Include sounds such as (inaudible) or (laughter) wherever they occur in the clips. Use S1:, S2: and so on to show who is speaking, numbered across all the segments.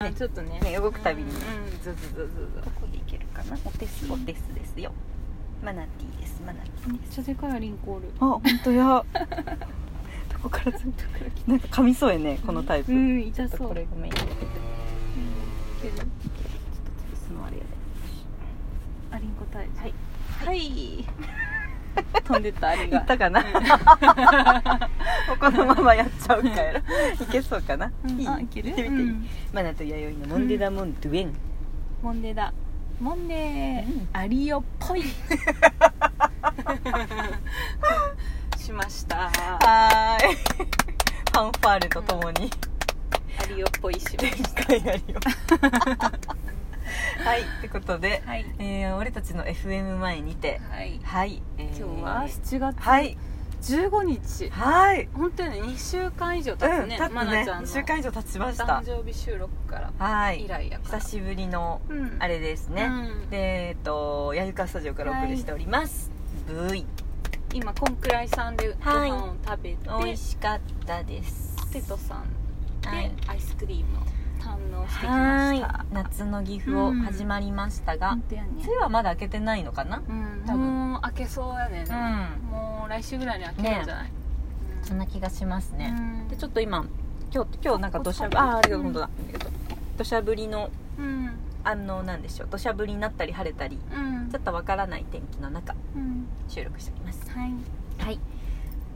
S1: あちょっとね
S2: ね動くたびに
S1: うんうんズズズズ
S2: どこでいけるかなお手すお手すですよマナティーですマナティ
S1: ズめっちゃでかいリンコール
S2: あ本当や (laughs) どこからずなんか噛みそうやねこのタイプ、
S1: う
S2: ち
S1: ん痛
S2: ょっと
S1: そう
S2: これごめんちょっと
S1: けど
S2: そのあれやね
S1: アリンコ退治
S2: は
S1: は
S2: い
S1: い飛んでったアリ
S2: い
S1: が
S2: ったかなもうこのままやっちゃうかやろいけそうかな、
S1: うん
S2: いい
S1: あいける
S2: 行ってみていい、
S1: うん
S2: マナと弥生のモンデダモンドゥエン、
S1: モンデーだモンデー、
S2: うん
S1: アリオっ
S2: (laughs)
S1: ぽいしましたア
S2: はーいファンファーレとともに
S1: リオっぽいしま
S2: 展
S1: し
S2: (laughs) 開やりよはいってことで、
S1: たはい
S2: えー俺たちの FM 前にて
S1: はい
S2: はい、え
S1: 今
S2: ー
S1: 日は7月
S2: はい
S1: 15日、
S2: はい
S1: 本当に2週間以上経
S2: う
S1: つ
S2: ん
S1: ね、
S2: たっ
S1: ま
S2: と
S1: な
S2: ね
S1: ちゃんの
S2: 1週間以上経ちました
S1: 誕生日収録から
S2: は
S1: 以
S2: い
S1: 来やから
S2: 久しぶりの
S1: うん
S2: あれですね、
S1: うん
S2: でえっとやゆかスタジオからお送りしております、ブイ
S1: 今こんくらいさんでご
S2: はい
S1: 飯を食べて、
S2: 美味しかったです
S1: ポテトさんで
S2: はい
S1: アイスクリームを堪能してき
S2: は
S1: ま
S2: ーい
S1: した
S2: 夏の岐阜を
S1: うん
S2: 始まりましたが、
S1: 本当やね
S2: 梅雨はまだ開けてないのかな
S1: うん
S2: 多分
S1: もう開けそうやね、
S2: う
S1: もう来週ぐらいに開けるんじゃない、
S2: そんな気がします
S1: うん
S2: ね、
S1: うん
S2: でちょっと今今日今日なんか土砂降りあーありがとう本当だありがとう土砂降りの
S1: うん
S2: あのなんでしょう土砂降りになったり晴れたり
S1: うん
S2: ちょっとわからない天気の中
S1: うん
S2: 収録しております
S1: はい、
S2: はい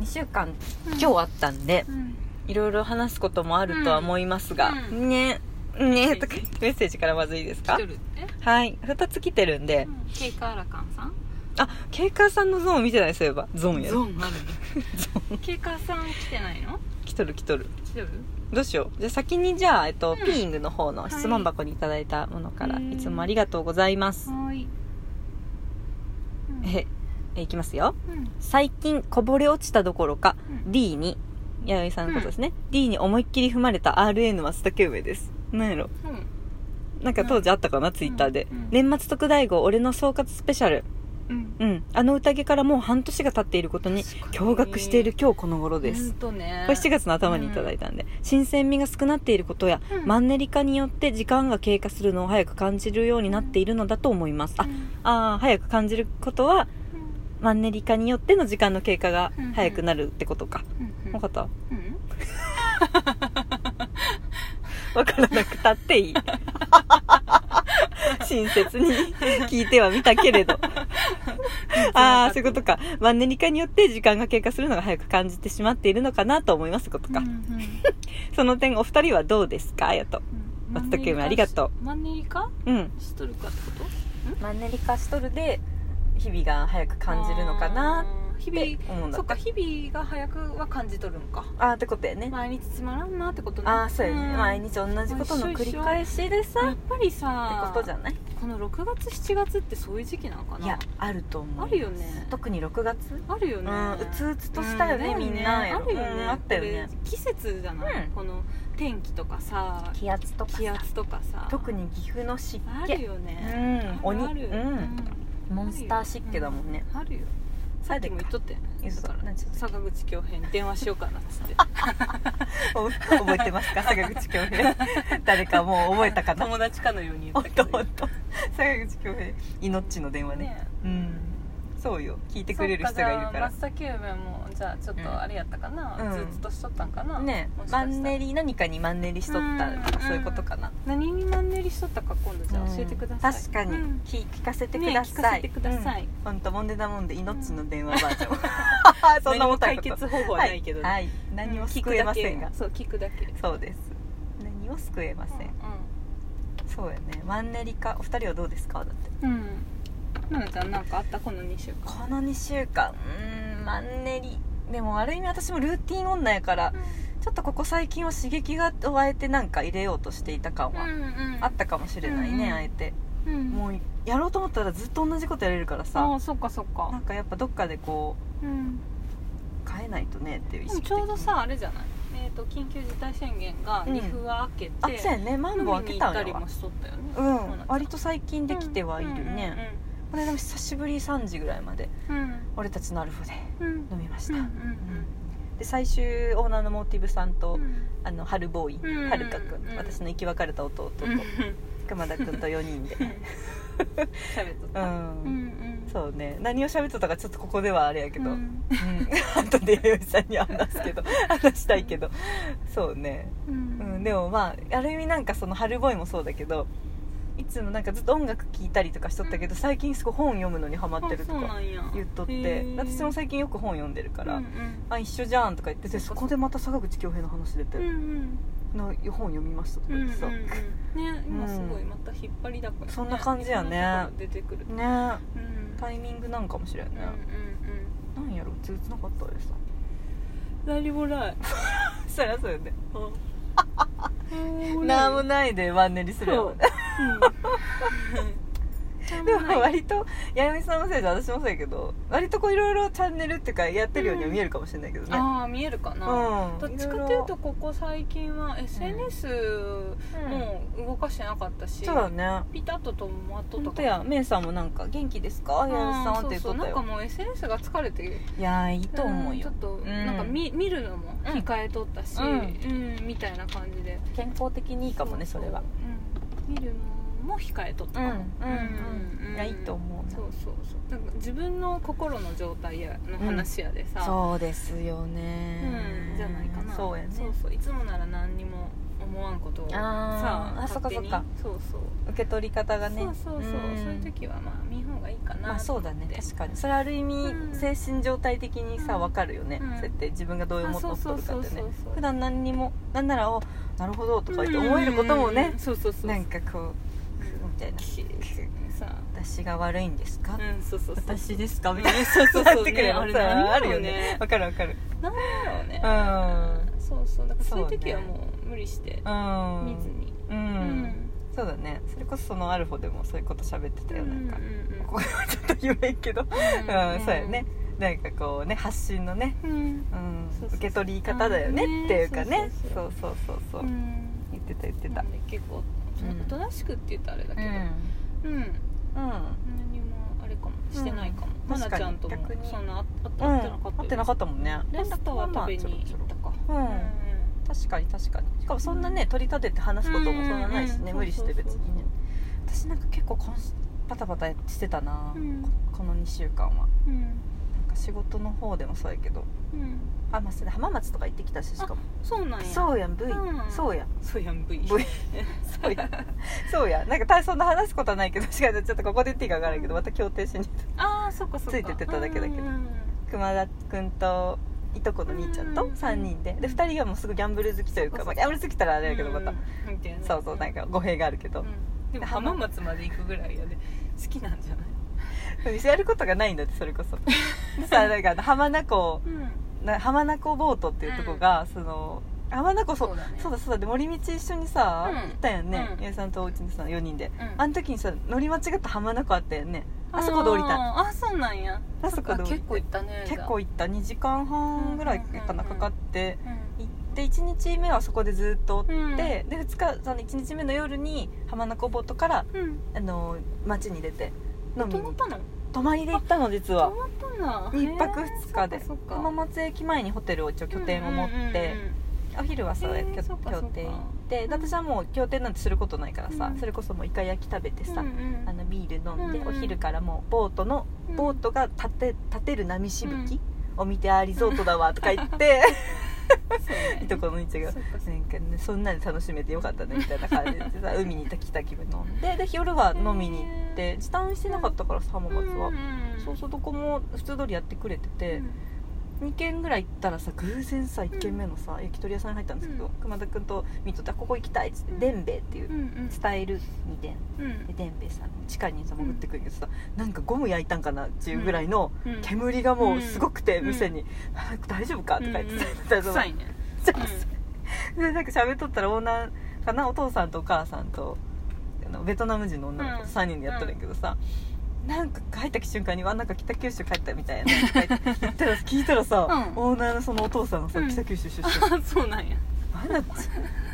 S2: 2週間今日あったんで、
S1: うん
S2: いろいろ話すこともあるとは思いますが、
S1: う
S2: ねね
S1: メッセージ
S2: とかメッセージからまずいいです
S1: 来
S2: か
S1: てるえ
S2: はい2つ来てるんで、
S1: うんケイカーラカンさん
S2: あケイカーさんのゾーン見てないそういえばゾーンや
S1: ゾーン
S2: (laughs)
S1: あるねケイカーさん来てないの
S2: 来とる来とる
S1: 来てる
S2: どうしようじゃあ先にじゃあ、えっと
S1: うん
S2: ピーイングの方の質問箱にいただいたものから、
S1: はい
S2: い、つもありがとうございます、
S1: はーい、うん
S2: (laughs) ええいきますよ
S1: うん
S2: 最近こぼれ落ちたどころか
S1: うん
S2: D に弥生さんのことですね、D に思いっきり踏まれた RN 松茸梅ですなんやろ
S1: うん
S2: なんか当時あったかな、ツイッターで、
S1: うん
S2: 年末特大号俺の総括スペシャル
S1: うん
S2: うんあの宴からもう半年が経っていることに
S1: 確かに
S2: 驚愕している今日この頃です、
S1: ほんとね
S2: これ7月の頭にいただいたんで、新鮮味が少なっていることや、
S1: うん
S2: マンネリ化によって時間が経過するのを早く感じるようになっているのだと思います、
S1: うん
S2: ああー早く感じることはマンネリ化によっての時間の経過が早くなるってことか、
S1: うんうん
S2: 分かった
S1: うん
S2: 分からなくたって (laughs) いい親切に聞いてはみたけれ (laughs) どああそういうことかマンネリ化によって時間が経過するのが早く感じてしまっているのかなと思いますことか、
S1: うんうん
S2: その点お二人はどうですかやと
S1: うん
S2: 松茸 (laughs) 梅ありがと
S1: マンネリ化
S2: うん
S1: しとるかってこと
S2: マンネリ化しとるで日々が早く感じるのかな
S1: あー
S2: って
S1: 日
S2: 思う
S1: 々
S2: んだ
S1: そっか日々が早くは感じとるんか
S2: あーってことやね、
S1: 毎日つまらんなってことね
S2: ああーそうやね、
S1: ん
S2: 毎日同じことの繰り返しでさ
S1: や
S2: っ
S1: っぱり
S2: て
S1: さ
S2: ことじゃない
S1: この6月7月ってそういう時期なのかない
S2: やあると思う
S1: あるよね
S2: 特に6月
S1: あるよ
S2: う
S1: ね
S2: んうつうつとしたよね、
S1: うん
S2: みんな
S1: だよねあるよね、
S2: うんあったよね
S1: これ季節じゃない、
S2: うん
S1: この天気とかさ
S2: 気圧と
S1: 気圧とかさ
S2: 特に岐阜の湿
S1: あ
S2: 気
S1: るよ
S2: う
S1: ね、
S2: ん鬼
S1: あるあ
S2: う
S1: る
S2: んモンスター湿気だもんね、
S1: うんあるよ
S2: さ
S1: さっ
S2: で
S1: きも言っとったよね
S2: 言っとった
S1: だから
S2: なんて言っと
S1: 坂口恭平に電話しようかなっつって
S2: お覚えてますか坂口恭平誰かもう覚えた
S1: (laughs)
S2: か
S1: (laughs)
S2: な
S1: 友達かのように言
S2: お
S1: っ
S2: った
S1: け
S2: と
S1: ど
S2: おっと坂口恭平命の電話ね
S1: ね
S2: うんそうよ聞いて
S1: そ
S2: くれる人がいるから
S1: っじゃあ松茸梅もじゃあちょっ
S2: うん
S1: とあれやったかな、
S2: うん
S1: ずっとしとったんかな、
S2: ね
S1: もしかし
S2: マ
S1: たら
S2: ンネリ何かにマンネリしとったとか
S1: うん
S2: そういうことかな、
S1: 何にマンネリしとったか今度じゃ
S2: う
S1: あ
S2: ん
S1: 教えてください、
S2: 確かに、
S1: うん
S2: 聞聞かせてく
S1: ね
S2: だ
S1: 聞か
S2: さ
S1: せ
S2: い、
S1: てください
S2: うんほんともんでだもん (laughs) で命の電話バージョン (laughs) そんなもん
S1: 何も解決方法はないけどね
S2: はい、はい何も救えません
S1: 聞くだ
S2: が
S1: けそう聞くだけ
S2: そうです何を救えません、そうやねマンネリ化お二人はどうですかだって
S1: うんうん奈々ちゃんなんかあったこの2週間
S2: この2週間うーんマンネリでもある意味私もルーティン女やからちょっとここ最近は刺激が加えてなんか入れようとしていた感は
S1: んうん
S2: あったかもしれないね、
S1: うんうん
S2: あえて
S1: うん
S2: もうやろうと思ったらずっと同じことやれるから
S1: あ
S2: さ
S1: あそっかそっ
S2: な
S1: か
S2: んかやっぱどっかでこ
S1: うん
S2: う変えないとねっていう意
S1: でも
S2: 識
S1: ちょうどさあれじゃないえっ、と緊急事態宣言が
S2: うん
S1: 岐阜は明けて、
S2: あそうやねマンボウ
S1: 飲
S2: 開
S1: み
S2: け
S1: に
S2: た
S1: 行っ
S2: ん
S1: た
S2: や
S1: り
S2: わ
S1: もしとったよね
S2: う
S1: 奈々ちゃ
S2: ん割と最近できてはいるね、これでも久しぶり30ぐらいまで
S1: うんうんうん
S2: 俺たちのアルファで
S1: うんうん
S2: 飲みました、
S1: うんうん
S2: うんで最終オーナーのモーティブさんと、
S1: うん
S2: あの春ボーイ、
S1: うん
S2: 春香くん、
S1: うん
S2: 私の生き別れた弟と、熊田くんと4人
S1: (laughs)
S2: で
S1: 喋っと
S2: (laughs)
S1: っ
S2: う
S1: た
S2: ん、
S1: うんうん
S2: そうね何を喋ってたかちょっとここではあれやけど、
S1: う
S2: うん
S1: ん
S2: (laughs) 後で弥生さんに話すけど話したいけどそうね、
S1: う
S2: うん、
S1: ん
S2: でもまあある意味なんかその春ボーイもそうだけどいつもなんかずっと音楽聴いたりとかしとったけど最近すごい本読むのにハマってると
S1: あそうな
S2: か
S1: んや
S2: 言っとって、
S1: へー
S2: 私も最近よく本読んでるから「
S1: うんうん
S2: あ一緒じゃん」とか言ってて
S1: そ
S2: そ
S1: っかそっか
S2: こでまた坂口恭平の話出て
S1: うんうん
S2: 「の本読みました」と
S1: う
S2: か
S1: んうんう
S2: 言
S1: ん
S2: ってさ、
S1: ね今すごい
S2: うん
S1: また引っ張りだからね
S2: そんな感じやね
S1: いろんなところ出てくる
S2: ね
S1: うん
S2: タイミングなんかもしれん
S1: うん
S2: ね
S1: うん、うん
S2: なんやろうつうつなかったでさ
S1: 何もない
S2: そりゃそうよね
S1: な
S2: なんも
S1: い
S2: ないでワンネリするよねでも割と弥生さんのせいで私もそうやけど割とこういろいろチャンネルっていうかやってるようには見えるかもしれないけどね、
S1: ああ見えるかな
S2: うん
S1: どっちかというとここ最近は SNS
S2: うん
S1: もう動かしてなかったし
S2: そうだね
S1: ピタッと止まっとった
S2: 本当
S1: から
S2: やメイさんもなんか「元気ですか
S1: あ
S2: 弥生さん」って言っ
S1: そ
S2: と
S1: うそう
S2: っ
S1: な
S2: た
S1: んか
S2: よ
S1: もう SNS が疲れてる
S2: いやーいいと思うよ
S1: んちょっと
S2: うん
S1: なんか見見るのも控えとったし
S2: う
S1: うんんみたいな感じで
S2: 健康的にいいかもねそれは
S1: うん見るのも控えとった
S2: うん
S1: か
S2: う
S1: も
S2: んうんいやいいと思うな
S1: そうそうそうなんか自分の心の状態やの話やでさ、
S2: そうですよね
S1: うんじゃないかな
S2: そうやね
S1: そうそういつもなら何にも思わんことを
S2: あ
S1: さ
S2: ーあそっかそっか
S1: 勝手にそうそう
S2: 受け取り方がね
S1: そうそうそう、
S2: ん
S1: そういう時はまあ見ん方がいいかな
S2: まあそうだね確かにそれある意味
S1: うん
S2: 精神状態的にさ
S1: うん
S2: 分かるよね、
S1: うん
S2: そうやって自分がどう思っと
S1: あ
S2: っ
S1: そ
S2: と
S1: う
S2: る
S1: そ
S2: か
S1: うそう
S2: ってね
S1: そうそう
S2: 普段何にもなんなら「おなるほど」とか言って
S1: うん
S2: 思えることもね、
S1: そうそうそう
S2: なんかこうみたいな
S1: さ
S2: 「私が悪いんですか
S1: うんそうそうそう
S2: 私ですか?」み (laughs) たいな
S1: そうそうそう
S2: なってくれ
S1: ね
S2: ば
S1: あれ何
S2: さあるよ
S1: だろうね
S2: ね分かる分かる
S1: なんだろうね
S2: う
S1: そうそうだからそういう時は
S2: そうね
S1: もう無理して
S2: ん
S1: 見ずに
S2: う、
S1: うん
S2: そうだねそれこそそのアルフォでもそういうこと喋ってたよなんか、
S1: うんうんうん
S2: ここはちょっと言えんけど、うんそう
S1: うん
S2: やねなんかこうね発信のね
S1: うん
S2: うん
S1: そうそうそう
S2: 受け取り方だよねっていうかね
S1: うん
S2: そうそうそうそう
S1: うん
S2: 言ってた言って
S1: な
S2: た
S1: んで結構そのおとなしくって言ったらあれだけどうん、
S2: うん
S1: 何もあれかもしてないかも
S2: うん
S1: 愛菜、ちゃんとも
S2: 確かに逆に
S1: そんなああ
S2: う
S1: 会
S2: ん
S1: ってなかったよね、
S2: 会ってなかったもんね
S1: レストは食べに行ったか
S2: うん確かに確かにしかもそんなね取り立てて話すこともそんなない
S1: う
S2: し
S1: んうんう
S2: ね
S1: ん
S2: 無理して別にね
S1: そう
S2: 私なんか結構こんバタバタしてたな
S1: うん
S2: この2週間は
S1: うん
S2: なんか仕事の方でもそうやけど
S1: うん、うん、
S2: あまあそれで浜松とか行ってきたししかも
S1: そうなんや
S2: そうやん V
S1: うん
S2: そうや
S1: そうやん V
S2: V そうやそうやなんか大そんな話すことはないけどしかもちょっとここで言っていいか分からんけどまた協定しに
S1: (laughs) ああそっかそっか
S2: ついてってただけだけど
S1: うんうん
S2: 熊田君といとこの兄ちゃんと
S1: うん
S2: 3人でで2人がもうすぐギャンブル好きというか、
S1: そ
S2: ま
S1: うそう
S2: あ、ギャンブル好きたらあれやけどまた、
S1: うんうんみたいな
S2: そうそうなんか語弊があるけど、
S1: うんでも浜松まで行くぐらいやで好きなんじゃない
S2: (laughs) 店やることがないんだってそれこそで
S1: (laughs)
S2: さなんかあの浜名湖
S1: うん
S2: な浜名湖ボートっていうとこが、その浜名湖そう
S1: そうだね
S2: そうだそうだで森道一緒にさ、
S1: うん
S2: 行ったよね
S1: うん
S2: 八重、さんとおうちにさ4人で、
S1: うん
S2: あの時にさ乗り間違った浜名湖あったよねあそこで降りた
S1: あーあそうなんや
S2: あそこで降りた
S1: っか結構行ったね
S2: 結構行った2時間半ぐらいかな
S1: うんうんうんう
S2: か
S1: ん
S2: かって
S1: じゃあ
S2: 行って1日目はそこでずっとおって、
S1: うん
S2: で2日その1日目の夜に浜名湖ボートから、
S1: うんうん
S2: あの街に出て飲み
S1: 泊まっ
S2: に
S1: たの
S2: 泊まりで行ったの実
S1: 泊
S2: は
S1: まったんだ
S2: 1泊2日
S1: へ
S2: で
S1: ーそっかそっか
S2: 浜松駅前にホテルを一応拠点を持って、
S1: うんうんうん
S2: お昼はさ、
S1: へー
S2: きょ
S1: そっかそっか
S2: 協定行って、
S1: うん
S2: で私はもう協定なんてすることないから
S1: う
S2: さ、
S1: ん
S2: それこそもうイカ焼き食べてさ、
S1: うんうん
S2: あのビール飲んで、
S1: うんうん
S2: お昼からもうボートの、
S1: うん
S2: ボートが立て立てる波しぶきを見て、あーリゾートだわとか言って、
S1: そうね
S2: (laughs) いとこの兄ちゃんが
S1: そっかそっか
S2: なんかね、そんなに楽しめてよかったねみたいな感じでさ海に行った来た気分飲んでで夜は飲みに行って時短してなかったからさ浜松は、
S1: うんうんうん
S2: そうそうどこも普通通りやってくれてて、
S1: う
S2: 2軒ぐらい行ったらさ偶然さ1軒目のさ、焼き鳥屋さんに入ったんですけど、
S1: うん
S2: 熊田君と見とって「あここ行きたい」っつって
S1: う
S2: 「
S1: ん
S2: でんべい」っていうん
S1: うん
S2: 伝える2店
S1: うん
S2: ででんべいさん地下にさ潜ってくるけどさ、なんかゴム焼いたんかなっていうぐらいの
S1: うん
S2: 煙がもうすごくて、
S1: うん
S2: 店に「あ大丈夫か?」とか言ってさ、
S1: うんうん臭いね
S2: (laughs) そうそうでなんか喋っとったらオーナーかなお父さんとお母さんとあのベトナム人の女の子
S1: うん
S2: と3人でやっとるんやけどさ、なんか入った瞬間に「わなんか北九州帰ったみた
S1: (laughs)
S2: いな」とか言って言ったら聞いたらさ、
S1: うん
S2: オーナーのそのお父さんがさ、
S1: うん
S2: 北九州出身
S1: あそうなんや
S2: あんな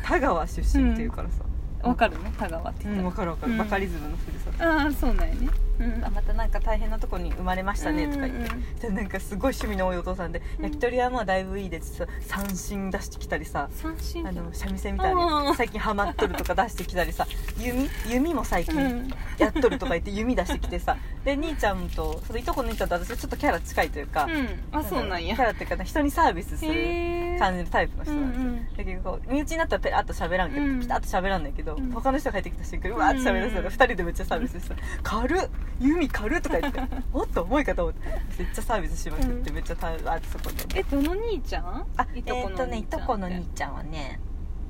S2: 田川出身っていうからさ、
S1: わかるね田川って
S2: う
S1: 言ったら
S2: ん、分かる分かる、
S1: うん
S2: バカリズムのふるさと
S1: ああそうなんやねうん
S2: あまたなんか大変なとこに生まれましたね」とか言って、
S1: うんうん
S2: でなんかすごい趣味の多いお父さんで、
S1: うん
S2: 焼き鳥はまあだいぶいいですさ三振出してきたりさ
S1: 三振
S2: あ
S1: 機
S2: の三味線みたいな
S1: う
S2: や
S1: ん
S2: つ最近ハマっとるとか出してきたり
S1: (laughs)
S2: さ弓弓も最
S1: う
S2: 近
S1: ん
S2: やっとるとか言って弓出してきてさで兄ちゃんとそのいとこの兄ちゃんと私はちょっとキャラ近いというか、
S1: うんあそうなんや
S2: キャラっていうかね人にサービスする
S1: へえ
S2: 感じのタイプの人
S1: う
S2: なんですよ、
S1: ん
S2: だけどこう身内になったらペラッと喋らんけど、
S1: うん
S2: ピタッと喋らんねんけど、
S1: うん
S2: 他の人が入ってきた瞬間にうわーって喋らせた
S1: うん
S2: ら2人でめっちゃサービスしてさ「軽っ弓軽っ」とか
S1: (laughs)
S2: 言って「おっと重いかと思ってめっちゃサービスしまくって、
S1: う
S2: めっちゃたわーってそこで
S1: えどの兄ちゃん
S2: あ
S1: い
S2: え
S1: とこの
S2: ーっとねい
S1: 兄ちゃんって
S2: とこの兄ちゃんはね、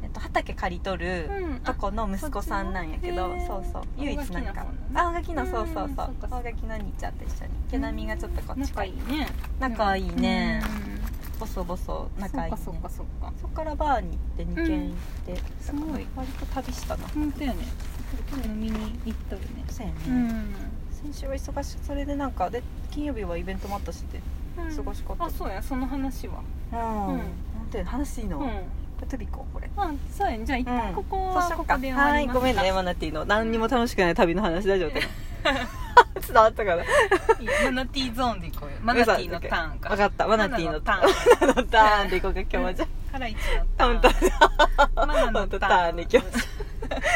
S2: えっと、畑借りとる、
S1: うん
S2: とこの息子さんなんやけど
S1: あそっちの
S2: そうそう
S1: へー
S2: 唯一なんか
S1: 青
S2: 青垣の
S1: の
S2: そ
S1: 方
S2: う
S1: ね
S2: そ
S1: う
S2: うそう
S1: んそっかそっか
S2: 青垣の兄ちゃんと一緒に毛並みがちょっとこっち
S1: 仲
S2: か
S1: いいね
S2: 仲いいね
S1: うん
S2: ボソボソ仲いいね
S1: そっかそっかそっか
S2: そっからバーに行って2軒行って、
S1: すごい
S2: 割と旅したな
S1: 本当やね飲みに行ったよね
S2: そうやね、
S1: ん
S2: 先週は忙しいそれでなんかで金曜日はイベントもあったしって過ごし方
S1: あそうやその話は
S2: うん、
S1: うん
S2: なんていうの話いいの、
S1: う
S2: こ
S1: ん
S2: れトゥビコこれ
S1: あそうやねじゃあ一
S2: う
S1: 旦
S2: ん
S1: ここ
S2: そう
S1: は
S2: しよ
S1: こ
S2: うか
S1: こで終
S2: は
S1: わ
S2: い
S1: ります
S2: ごめんねマナティーの何にも楽しくない旅の話大丈夫だよ (laughs) 伝わったから
S1: マナティーゾーンで行こうよマナティーのターンか
S2: 分かったマナティーのタ
S1: マナの
S2: ーンマナのターンでいこうか
S1: (laughs)
S2: 今日はじゃ
S1: ターンから一のタ
S2: あ
S1: ーン
S2: 本当
S1: マナのターン
S2: ターンで行きます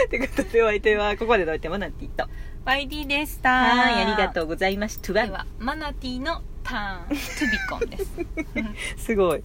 S2: ということでお相手はここまでのお相手はマナティーと
S1: YD でした
S2: はいありが
S1: う
S2: とうございました (laughs)
S1: ではマナティーのターントゥビコンです
S2: すごい